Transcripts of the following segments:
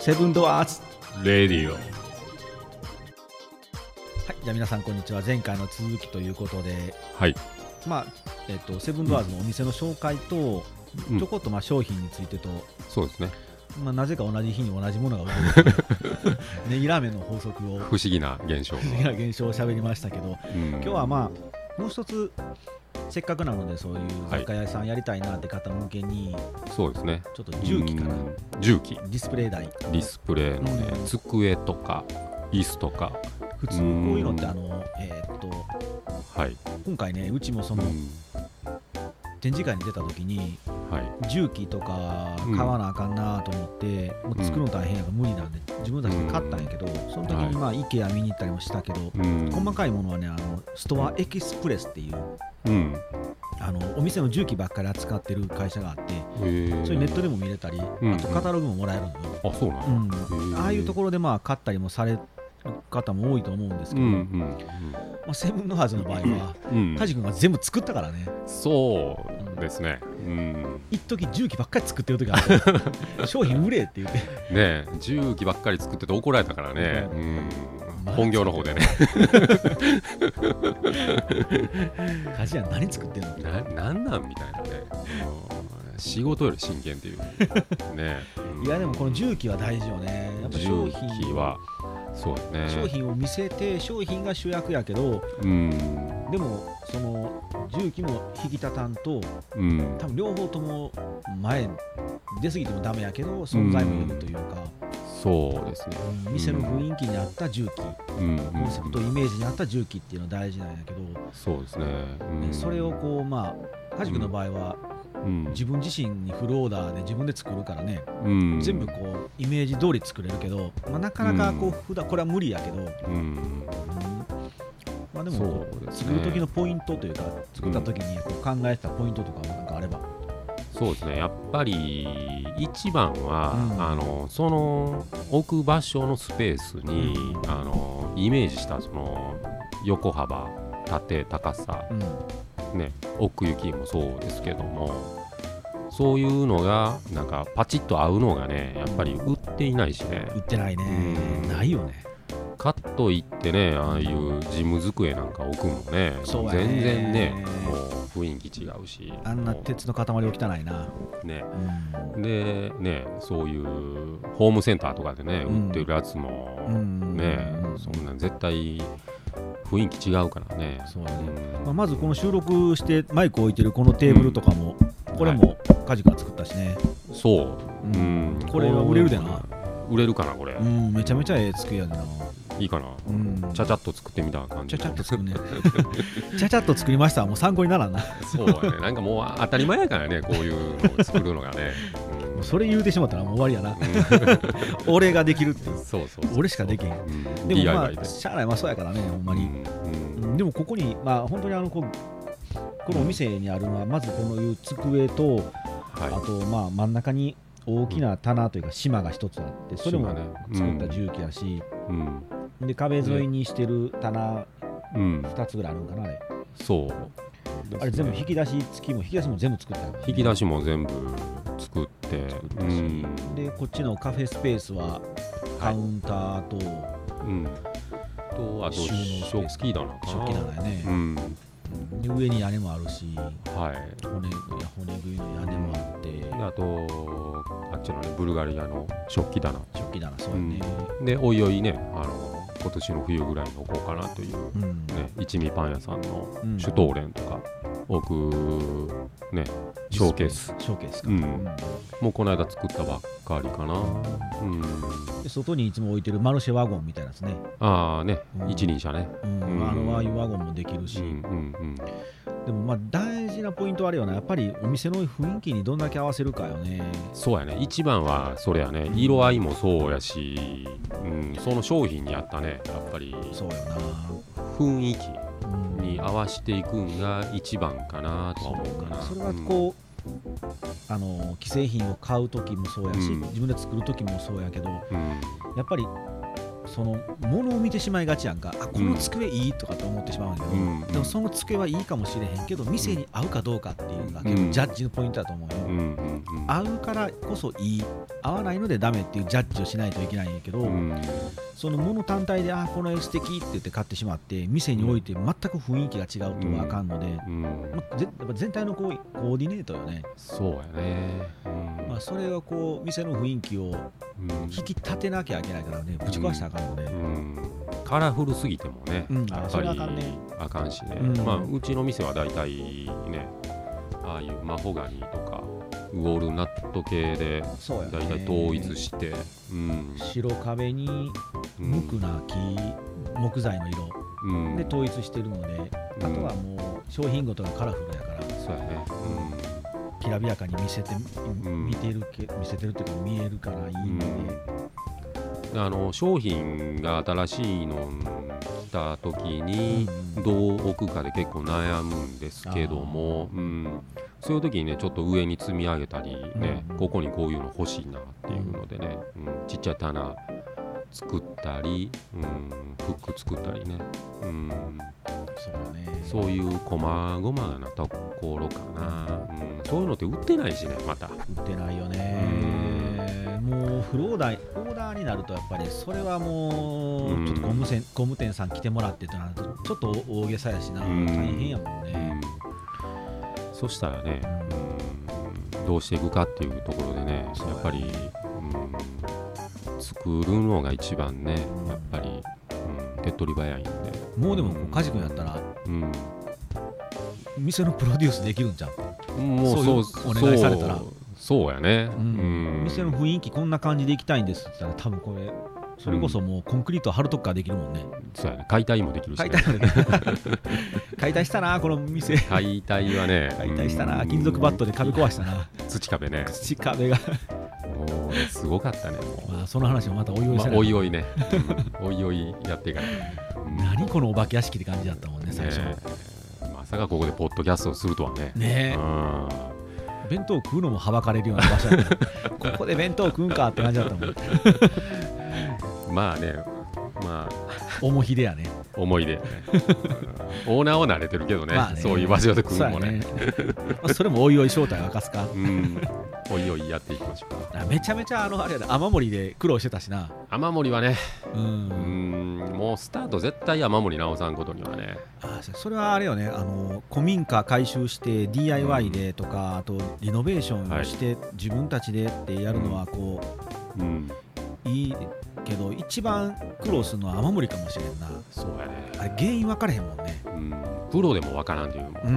セブンドアーツレディオ。はいじゃあ皆さんこんにちは前回の続きということではい。まあえっとセブンドアーズのお店の紹介と、うんちょこっとまあ商品についてと、そうですね。まあ、なぜか同じ日に同じものが動いてる ネギラーメンの法則を不思議な 現象。不思議な現象を喋りましたけど今今日はまもう一つせっかくなのでそういう雑貨屋さんやりたいなって方向けにあ、そうですね。ちょっと重機かな、うん。重機。ディスプレイ台ディスプレイのねう、ん机とか、椅子とか。普通こういうのってあの、えーっとはい。今回ねうちもそうのん展示会に出た時にはい。重機とか買わなあかんなと思って、もう作るの大変やから無理なんで自分たちで買ったんやけど、その時はいにまあ IKEA 見に行ったりもしたけど、うん細かいものはねあのストアエキスプレスっていううん。あのお店の重機ばっかり扱ってる会社があってえーそれネットでも見れたり、んあとカタログももらえるのよ、あ、そうなうの。んへえああいうところでまあ買ったりもされる方も多いと思うんですうけんど、うんまあ、セブンのアーズの場合はうん。うん梶君が全部作ったからねそうですね。うん。一時重機ばっかり作ってる時あ ったよ商品売れって言ってねえ、重機ばっかり作ってて怒られたからね。うんうん。本業の方でね。梶谷何作ってんのななんなんみたいなね、うん仕事より真 剣っていうね、うんいやでもこの重機は大事よねやっぱ商重機品はそうね商品を見せて商品が主役やけどうんでもその重機も引き立たんとうん多分両方とも前に出過ぎてもダメやけど存在もいるというか、そうですねうん店の雰囲気に合った重機、うんコンセプトイメージに合った重機っていうのは大事なんやけど、そうですね、うんねそれをこうまあ梶君の場合はうん自分自身にフルオーダーで自分で作るからね、うん全部こうイメージ通り作れるけど、まあ、なかなかこう普段これは無理やけど、うんまあでそもうです作るね時のポイントというか作った時にこう考えてたポイントとかもなんかあれば、そうですねやっぱり一番は、うんあのその置く場所のスペースに、あのイメージしたその横幅縦高さうんね、奥行きもそうですけどもそういうのがなんかパチッと合うのがねやっぱり売っていないしね売ってないね、うんないよねカットいってねああいう事務机なんか置くもねそうやね全然ねもう雰囲気違うしあんな鉄の塊を汚いな、ねうんでねそういうホームセンターとかでねうん売ってるやつも、うんねうんそんなん絶対雰囲気違うからねそうやねんまあ、まずこの収録してマイクを置いてるこのテーブルとかも、これも梶君が作ったしね、そう、ううんんこれは売れるでな売れるかなこれ、うんめちゃめちゃええ机やでな、いいかな、うんちゃちゃっと作ってみた感ちじゃちゃっと作るねちゃちゃっと作りましたもう参考にならんな そうやねなんかもう当たり前やからねこういうのを作るのがね、うんそれ言うてしまったらもう終わりや なうん俺ができるっていうそうそうそう俺しかできへんうんでもま DIY であしゃあないまあそうやからねほんまに、うんうんでもここにまあ本当にあのこうこのお店にあるのはまずこのいう机とあはとまあ真ん中に大きな棚というか島が一つあってそれも島ね作った重機やし、いうんで壁沿いにしてる棚うん2つぐらいあるんかなあれそうあれ全部引き出し付きも引き出しも全部作ったよね引き出しも全部作ってうんでこっちのカフェスペースはカウンターとうんとあと収納スペース食器棚か食器棚やねう、んで上に屋根もあるしはい骨いや骨組みの屋根もあって、であとあっちのねブルガリアの食器棚食器棚そうやね、でおいおいねあの今年の冬ぐらいに置こうかなといううんね、一味パン屋さんのうんシュトーレンとか、奥ね、ショーケースショーケースか、うんうもうこの間作ったばっかりかな、うん、んで外にいつも置いてるマルシェワゴンみたいなやつね、ああね、うん一輪車ね、うんうんあのああいうワゴンもできるうし、んうんでもまあ大事なポイントはあるよねやっぱりお店の雰囲気にどんだけ合わせるかよねうん、そうやね一番はそれやね色合いもそうやし、うん、その商品に合ったねやっぱりそうよ雰囲気な、うんに合わせていくんが一番かなとは思うかなそれはこう、あの既製品を買う時もそうやし、うん自分で作る時もそうやけどうん、うんやっぱりそのものを見てしまいがちやんかあこの机いいとかって思ってしまうんだけど、うんでもその机はいいかもしれへんけど店に合うかどうかっていうのが結うん構ジャッジのポイントだと思うよ、うんうんうん合うからこそいい合わないのでダメっていうジャッジをしないといけないんやけど、うんそのもの単体であこの絵素敵って言って買ってしまって店において全く雰囲気が違うとはあかんので、うんまあぜやっぱ全体のこうコーディネートよね、そうやねうんまあ、それはこう店の雰囲気をうん引き立てなきゃいけないからねぶち壊したらあかんので、うんカラフルすぎてもね、うんやっそぱれりはあかんねあかんしね、うんまあ、うちの店は大体ねああいうマホガニとかウォールナット系でそうやね大体統一して、うん白壁にうん無垢な木木材の色うんで統一してるので、うんあとはもう商品ごとがカラフルやからそうやね、きらびやかに見せて、ん見てるけ見せてるっていうか見えるからいいので、うん、あの商品が新しいの来た時にうんどう置くかで結構悩むんですけども、うん、そういう時にねちょっと上に積み上げたりね、うんここにこういうの欲しいなっていうのでね、うん、ちっちゃい棚作ったり、うん、フック作ったりね、うん、そうだねそういう細々なところかな、うん、そういうのって売ってないしねまた。売ってないよねもうフローダーオーダーになるとやっぱりそれはもうんうちょっとゴムせんゴム店さん来てもらってとなるとちょっと大げさやしなうん大変やもんねそしたらね、うんどうしていくかっていうところでね、やそうやねっぱり、うん作るのが一番ね、やっぱり、うん手っ取り早いんで、もうでもこう梶君やったらうん店のプロデュースできるんじゃん、もうそうそういうお願いされたらそうそうやね、うん店の雰囲気こんな感じでいきたいんですって言ったら多分これそれこそもうコンクリート張るとこからできるもんね、そうやね解体もできる 解し、ね、体解体したなこの店解体はね、 解体したな金属バットで壁壊したなうん土壁ね、土壁がもうねすごかったね、もうまあその話もまたおいおいませあなおいおいね、うんおいおいやっていかない。うん何このお化け屋敷って感じだったもんね最初ねえまさかここでポッドキャストをするとはねねうんえ弁当食うのもはばかれるような場所だった ここで弁当食うんかって感じだったもんまあねま重ひでやねあ思 い出、ね、うんオーナーは慣れてるけどね,、まあねそういう場所で来るのもそうやねねまあそれもおいおい正体を明かすかうんおいおいやっていきましょ うかあめちゃめちゃあのあれやで雨漏りで苦労してたしな雨漏りはねううんんもうスタート絶対雨漏り直さんことにはねあそそれはあれよねあの古民家改修して DIY でとかあとリノベーションをして自分たちでってやるのはこうんういいけど一番苦労するのは雨漏りかもしれんなそうやね、あれ原因分かれへんもんねうん、プロでもわからんというもん、うんう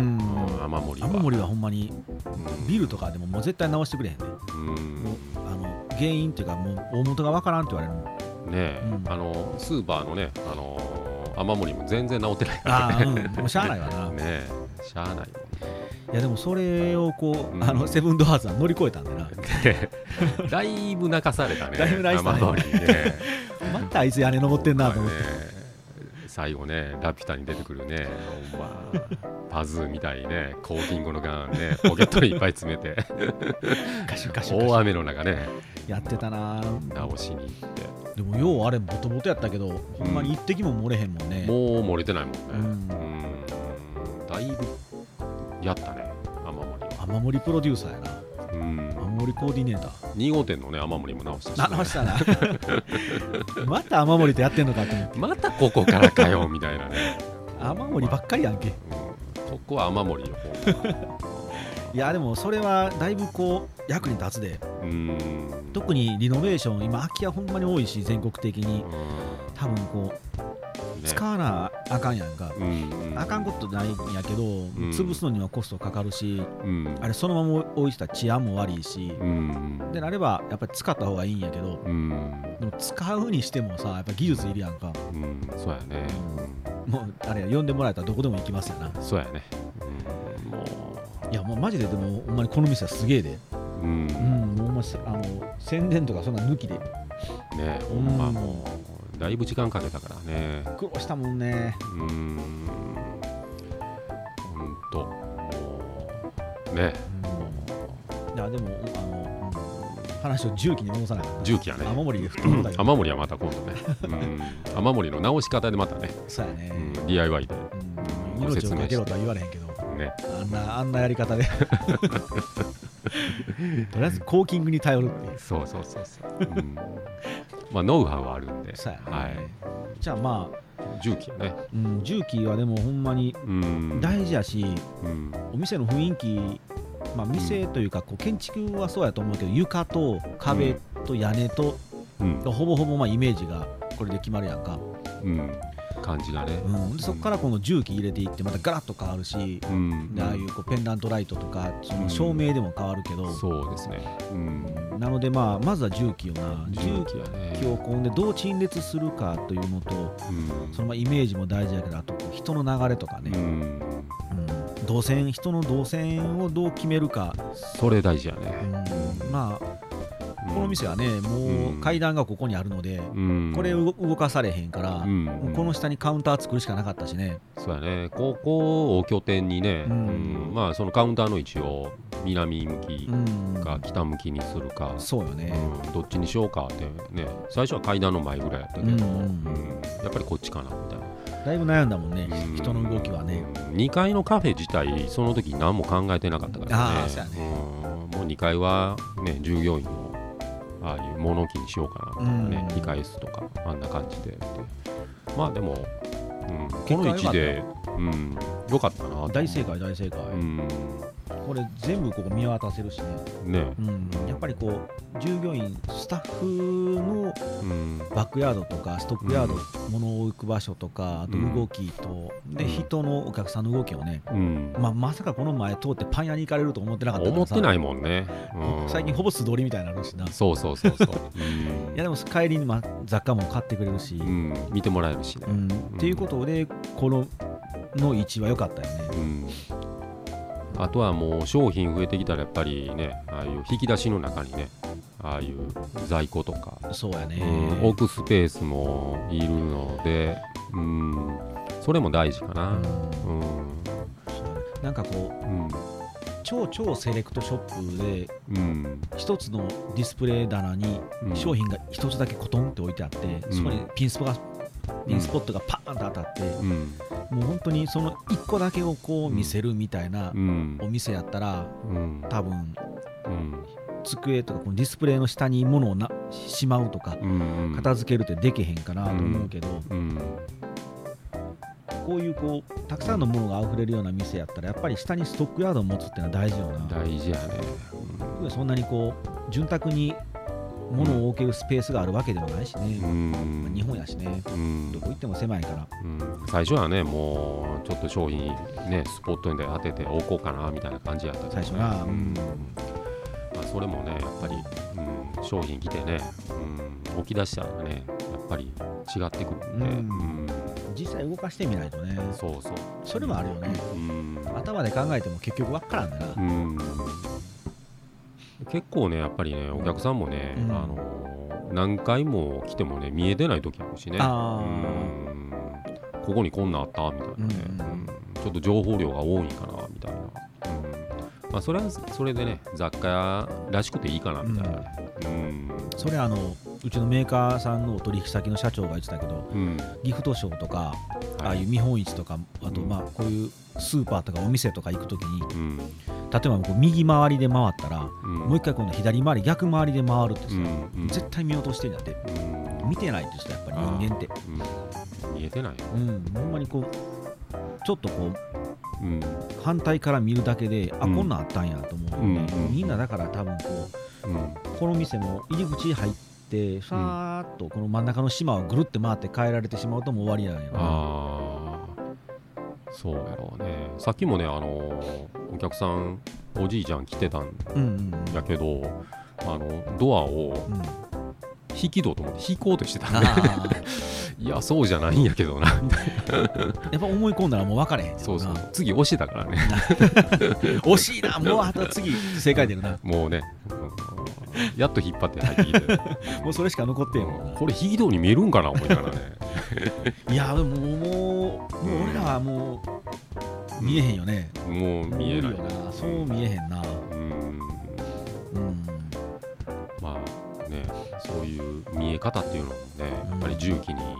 ん雨漏りは雨漏りはほんまにうんビルとかでももう絶対直してくれへんねうんもうあの原因っていうかもう大元がわからんって言われる もんねえ、うんあのスーパーのねあの雨漏りも全然治ってないからああうんもうしゃあないわな ねえしゃあないもんいやでもそれをこう、うんあのセブンドアーズは乗り越えたん だな ねだいぶ泣かされたね。だいぶ泣いてたね雨漏りね。またあいつ屋根 登ってんなと思って、ね最後ね、ラピュタに出てくるね、ほんまパズーみたいにね、コーティングのガンね、ポケットにいっぱい詰めて、ガシュガシュガシ大ュ雨の中ね、やってたな直しに行って、でもようあれボトボトやったけど、ほんまに一滴も漏れへんもんねもう漏れてないもんね。うんうんだいぶやったね、雨漏りは。雨漏りプロデューサーやなうん、雨漏りコーディネーター2号店のね、雨漏りも直したしね、な直したな また雨漏りとやってんのかって思ってまたここからかよ、みたいなね。雨漏りばっかりやんけうんここは雨漏りよ、ほんまいやでもそれはだいぶこう役に立つでうん特にリノベーション今空き家ほんまに多いし全国的にう多分こんうね使わなあかんやんか、うんうんあかんことないんやけど、潰すのにはコストかかるしうんあれそのまま置いてたら治安も悪いし、うんでなればやっぱり使った方がいいんやけどうんでも使うにしてもさやっぱ技術いるやんかうんそうやねもうあれ呼んでもらえたらどこでも行きますよなそうやねうんもいやもうマジででもほんまにこの店はすげえでううんうんもうほんませあの宣伝とかそんな抜きでねほんまうんもうだいぶ時間かけたからね苦労したもんねうんほんともうねうんいやでもあの、話を重機に戻さないと重機やね雨漏りで吹っ飛んだよ雨漏りはまた今度ね、うん、雨漏りの直し方でまたね、そうやうね、ん、DIY でうん、命をかけろとは言われへんけどねあんなあんなやり方でとりあえずコーキングに頼るっていうそうそうそうそう、うん、まあノウハウはあるんで、そうやね、はい、じゃあまあ、重機やねうん、重機はでもほんまにうん大事やし、うんお店の雰囲気まあ店というかこう建築はそうやと思うけど床と壁と屋根と、うんほぼほぼまあイメージがこれで決まるやんか、うん感じがねうん、でそこからこの重機入れていってまたガラッと変わるし、うんでああいうこうペンダントライトとかその照明でも変わるけど、そうですねうんなのでまあまずは重機よな重重機やね機をこんでどう陳列するかというのとうんそのまあイメージも大事やけどあとこう人の流れとかね、うんうん動線人の動線をどう決めるか、それ大事やうねんまあうんこの店はねもううん階段がここにあるので、うんこれを動かされへんから、うんもうこの下にカウンター作るしかなかったしね、そうやねここを拠点にねうんうんまあそのカウンターの位置を南向きうんか北向きにするかそうよね、うんどっちにしようかってね最初は階段の前ぐらいやったけど、うんうんやっぱりこっちかなみたいなだいぶ悩んだもんね、うん人の動きはね、うん2階のカフェ自体その時何も考えてなかったからあーねそうやねうんもう2階は、ね、従業員をああいう物置にしようかなとかね、うん理解室とかあんな感じでまあでも、うん、結こ果の位良かった置でうん良かったな大正解大正解、うんこれ全部ここ見渡せるしね、ねうん、やっぱりこう従業員スタッフのうんバックヤードとかストックヤード、物を置く場所とかあとうん動きと、でうん人のお客さんの動きをね、うんまあ、まさかこの前通ってパン屋に行かれると思ってなかった思ってないいもんね、うん最近ほぼ素通りみたいになるしなそうそうそう そう、うんいやでも帰りにま雑貨も買ってくれるし、ううんん、見てもらえるしね、っていうことでこのの位置は良かったよね。うんあとはもう商品増えてきたらやっぱりねああいう引き出しの中にねああいう在庫とか、そうやね、うん、置くスペースもいるので、うん、それも大事かう、なんうんそうなんかこううん超超セレクトショップでうん一つのディスプレイ棚にうん商品が一つだけコトンって置いてあって、んそこにピンスポがピンスポッットがパーンと当たって、うんもう本当にその1個だけをこう見せるみたいなうんお店やったらうん多分うん机とかこのディスプレイの下に物をなしまうとかうん片付けるってできへんかなと思うけど、うんこういうこうたくさんのものが溢れるような店やったらやっぱり下にストックヤードを持つっていうのは大事よな大事やね、そんなにこう潤沢に物を置けるスペースがあるわけではないしねう、んまあ日本やしねうんどこ行っても狭いからうん、最初はねもうちょっと商品ねスポットに当てておこうかなみたいな感じやったけど、ね、最初なうんまあ、それもねやっぱり、うん、商品来てね、うん、置き出したらねやっぱり違ってくるんで、ううんん実際動かしてみないとねそうそう、それもあるよねうん頭で考えても結局わっからんだなうん、結構ねやっぱりねお客さんもね、うんあの何回も来てもね見えてない時あるしねあうんここにこんなんあったみたいなね、うんうんうんちょっと情報量が多いんかなみたいな、うんまあ、それはそれでね雑貨屋らしくていいかなみたいなね、うんそれあのうちのメーカーさんのお取引先の社長が言ってたけどうんギフトショーとか、ああはいいう見本市とかあとうんまあこういうスーパーとかお店とか行くときにうん例えばこう右回りで回ったらうんもう一回今度左回り逆回りで回るってさ、うんうん絶対見落としてんだってうん見てないって人はやっぱり人間ってうん見えてないよ、うんほんまにこうちょっとこううん反対から見るだけで、あうんこんなんあったんやと思うよね、うんうんみんなだから多分こうんうこの店も入り口入ってさーっとこの真ん中の島をぐるって回って帰られてしまうともう終わりやねんなああそうやろうねさっきもねあのお客さんおじいちゃん来てたんうんうんうんやけどあのドアをうん引き戸と思って引こうとしてたんで あーいやそうじゃないんやけど なみたいやっぱ思い込んだらもう分かれへんねんななそうそう次押してたからね 惜しいなもうあと次正解出るなもうねうんやっと引っ張って入ってきて もうそれしか残ってんもんうんなこれ引き戸に見えるんかな思いながらねいやでももうもう俺らはもう見えへんよね、もう見えな無理よいなそう見えへんなうんうんまあいう見え方っていうのもねやっぱり重機にね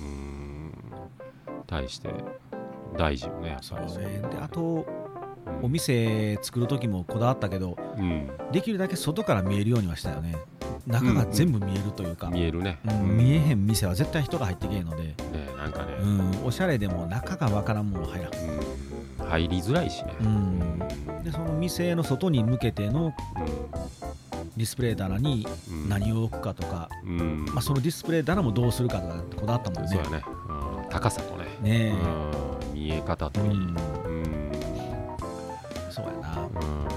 うん対して大事よねやっそぱうりねであとうんお店作る時もこだわったけどうん、できるだけ外から見えるようにはしたよね中が全部見えるというか、見えるね、うん見えへん店は絶対人が入ってけえので、ねなんかね、うん、おしゃれでも中がわからんもの入らん、うん入りづらいしね、うんうんでその店の外に向けてのディスプレイ棚にうん何を置くかとか、うんまあ、そのディスプレイ棚もどうするかとかってこだわったもんそうねやね、うん高さとね、ねうん見え方えとういい、んうんそうやなうん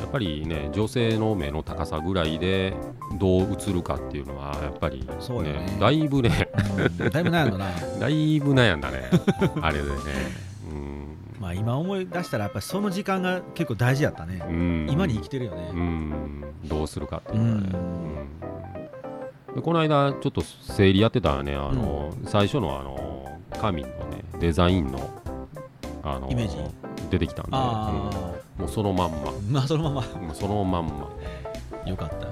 やっぱりね女性の目の高さぐらいでどう映るかっていうのはやっぱり、ねそうよねだいぶね うんだいぶ悩んだなだいぶ悩ん だねあれでね、うんまあ今思い出したらやっぱりその時間が結構大事やったね、うん今に生きてるようね、んどうするかっていうのはね、ううんでこの間ちょっと整理やってたらねあの、最初のあの神のねデザインのあのイメージ出てきたんで、あうんもうそのまんまあまあそのままもうそのまんま、よかったう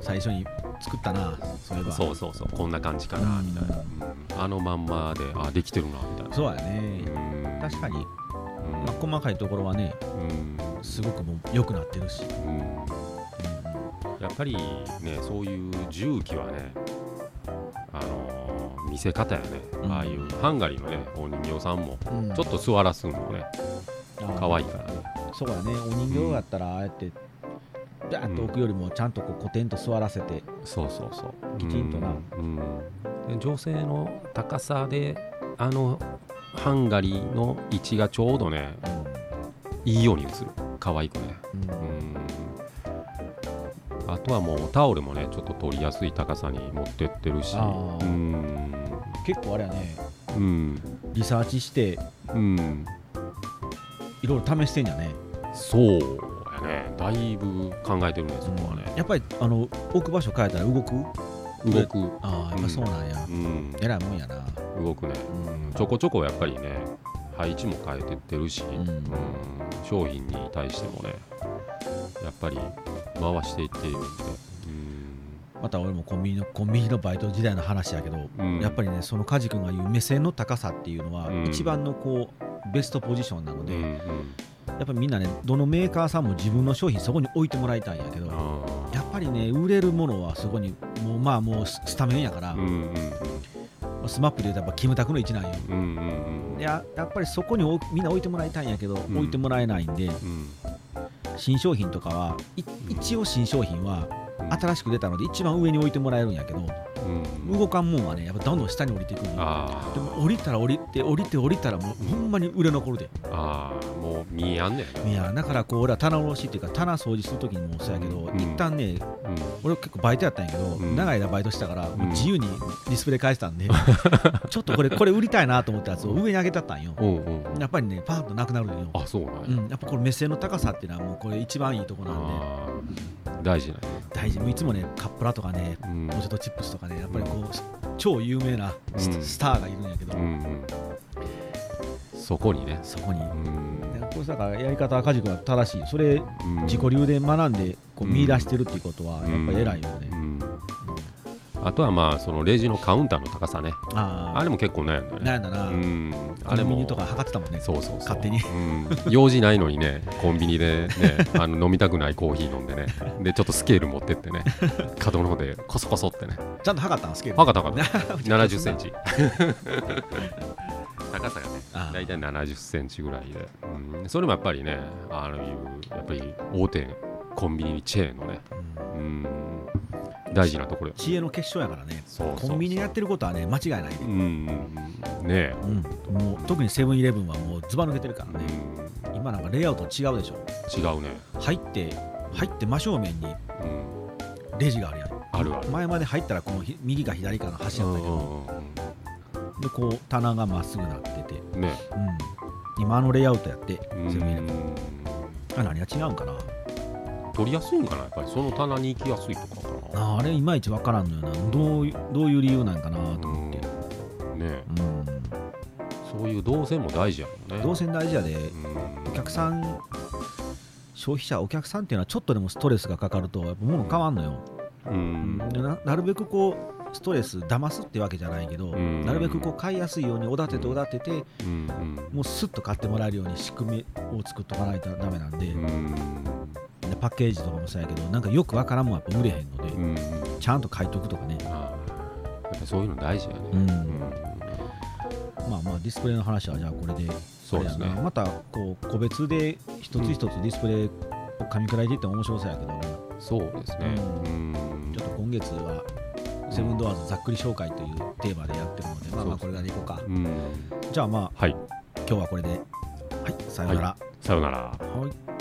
最初に作ったなそういえばん、そうそうそうこんな感じかなみたいな、うんあのまんまであできてるなみたいなそうやね、うん確かに、うんまあ、細かいところはねうんすごくもう良くなってるし、うんやっぱりね、そういう重機はね、あのー見せ方やね、うんああいうハンガリーのね、お人形さんも、うんちょっと座らすのもね、可愛いからね。そうやねお人形だったらああやってダーッと置くよりもちゃんとこうコテンと座らせて、そうそうそう。きちんとなうん。うんで女性の高さで、あの、ハンガリーの位置がちょうどね、うんいいように映る。可愛くね。うん。あとはもうタオルもね、ちょっと取りやすい高さに持ってってるし、あーうん。結構あれやねうん。リサーチしてうん、いろいろ試してんやねそうやね、だいぶ考えてるね、そこはね。やっぱりあの置く場所変えたら動くうん動く、ああやっぱそうなんや、うん、えらいもんやな動くね、うんちょこちょこやっぱりね、配置も変えてってるし、うんん、商品に対してもね、やっぱり回していっているんで、また俺もコンビニのコンビニのバイト時代の話やけど、うん、やっぱりねその梶君が言う目線の高さっていうのは、うん一番のこうベストポジションなのりで、うんうやん、っぱりみんなねどのメーカーさんも自分の商品そこに置いてもらいたいんやけど、あやっぱりね売れるものはそこにもうまあもうススタメンやから、あ、うんうんスマップで言うとやっぱキムタクの位置なんようんうんうんでややっぱりそこに置みんな置いてもらいたいんやけど、ん置いてもらえないんでうん新商品とかはい一応新商品は新しく出たので一番上に置いてもらえるんやけどうん動かんもんはねやっぱどんどん下に降りていくんよあでも降りたら降りて降りて降りたらもうほんまに売れ残るで、あああもう見えやんねいやだからこう俺は棚卸しっていうか棚掃除するときにもそうやけど、うん一旦ね俺結構バイトやったんやけど、うん長い間バイトしたからんもう自由にディスプレイ返した んで、ちょっとこれこれ売りたいなと思ったやつを上に上げたったんよ、うんうんうんうんやっぱりねパーンとなくなるのよ、あそうなんやうん、やっぱこれ目線の高さっていうのはもうこれ一番いいとこなんでああ大事な大事もういつもねカップラとかねうんポテトチップスとかねやっぱりこう、超有名なス,、うんターがいるんやけど、うんうん、そこにね、そこに。うんでこれだからやり方は梶君は正しいそれうん自己流で学んでこう見出してるっていうことはやっぱり偉いよね、うんあとはまあそのレジのカウンターの高さね、ああれも結構悩んだあね。悩んだな、うん、ああれれコンビもニとか測ってたもんねそうそうそう勝手にうん用事ないのにね、コンビニでね、 あの飲みたくないコーヒー飲んでね、でちょっとスケール持ってってね、角の方でコソコソってね、ちゃんと測ったんですけど高かった70セ ンチ。高さがねあ大体70センチぐらいで、うん、それもやっぱりねあのいうやっぱり大手コンビニチェーンのね、うんうん、大事なところよ知恵の結晶やからねそうそうそうコンビニやってることはね間違いないねうんうんうんねえ、うん、もう特にセブンイレブンはもうズバ抜けてるからうん、ね、今なんかレイアウト違うでしょ違うね、入って入って真正面にうん、レジがあるやんあるある前まで入ったらこのひ右か左かの端やったけどでこう棚がまっすぐなってて、うん、うんね今あのレイアウトやってえ、うセブンイレブンん、あ何が違うんかな取りやすいんかなやっぱりその棚に行きやすいとかかなああれいまいち分からんのよなどういどういう理由なんかなと思って、うんねえうん、そういう動線も大事やもんね動線大事やでうんお客さん消費者お客さんっていうのはちょっとでもストレスがかかるとやっぱ物変わんのようんでななるべくこうストレス騙すってわけじゃないけど、うんなるべくこう買いやすいようにおだてておだてて、うんうんもうスッと買ってもらえるように仕組みを作っとかないとダメなんで,で、うんパッケージとかもそうやけどなんかよくわからんもんはやっぱ売れへんので、うんちゃんと買いとくとかね、あーやっぱそういうの大事やね、うんうんまあまあディスプレイの話はじゃあこれでそうですねあれやなまたこう個別で一つ一つディスプレイを噛み砕いていって面白そうやけどね、そうですねううんちょっと今月はセブンドアーズざっくり紹介というテーマでやってるので、まあまあこれからいこうか。うんじゃあまあはい今日はこれで。はい、さようなら。さよならはい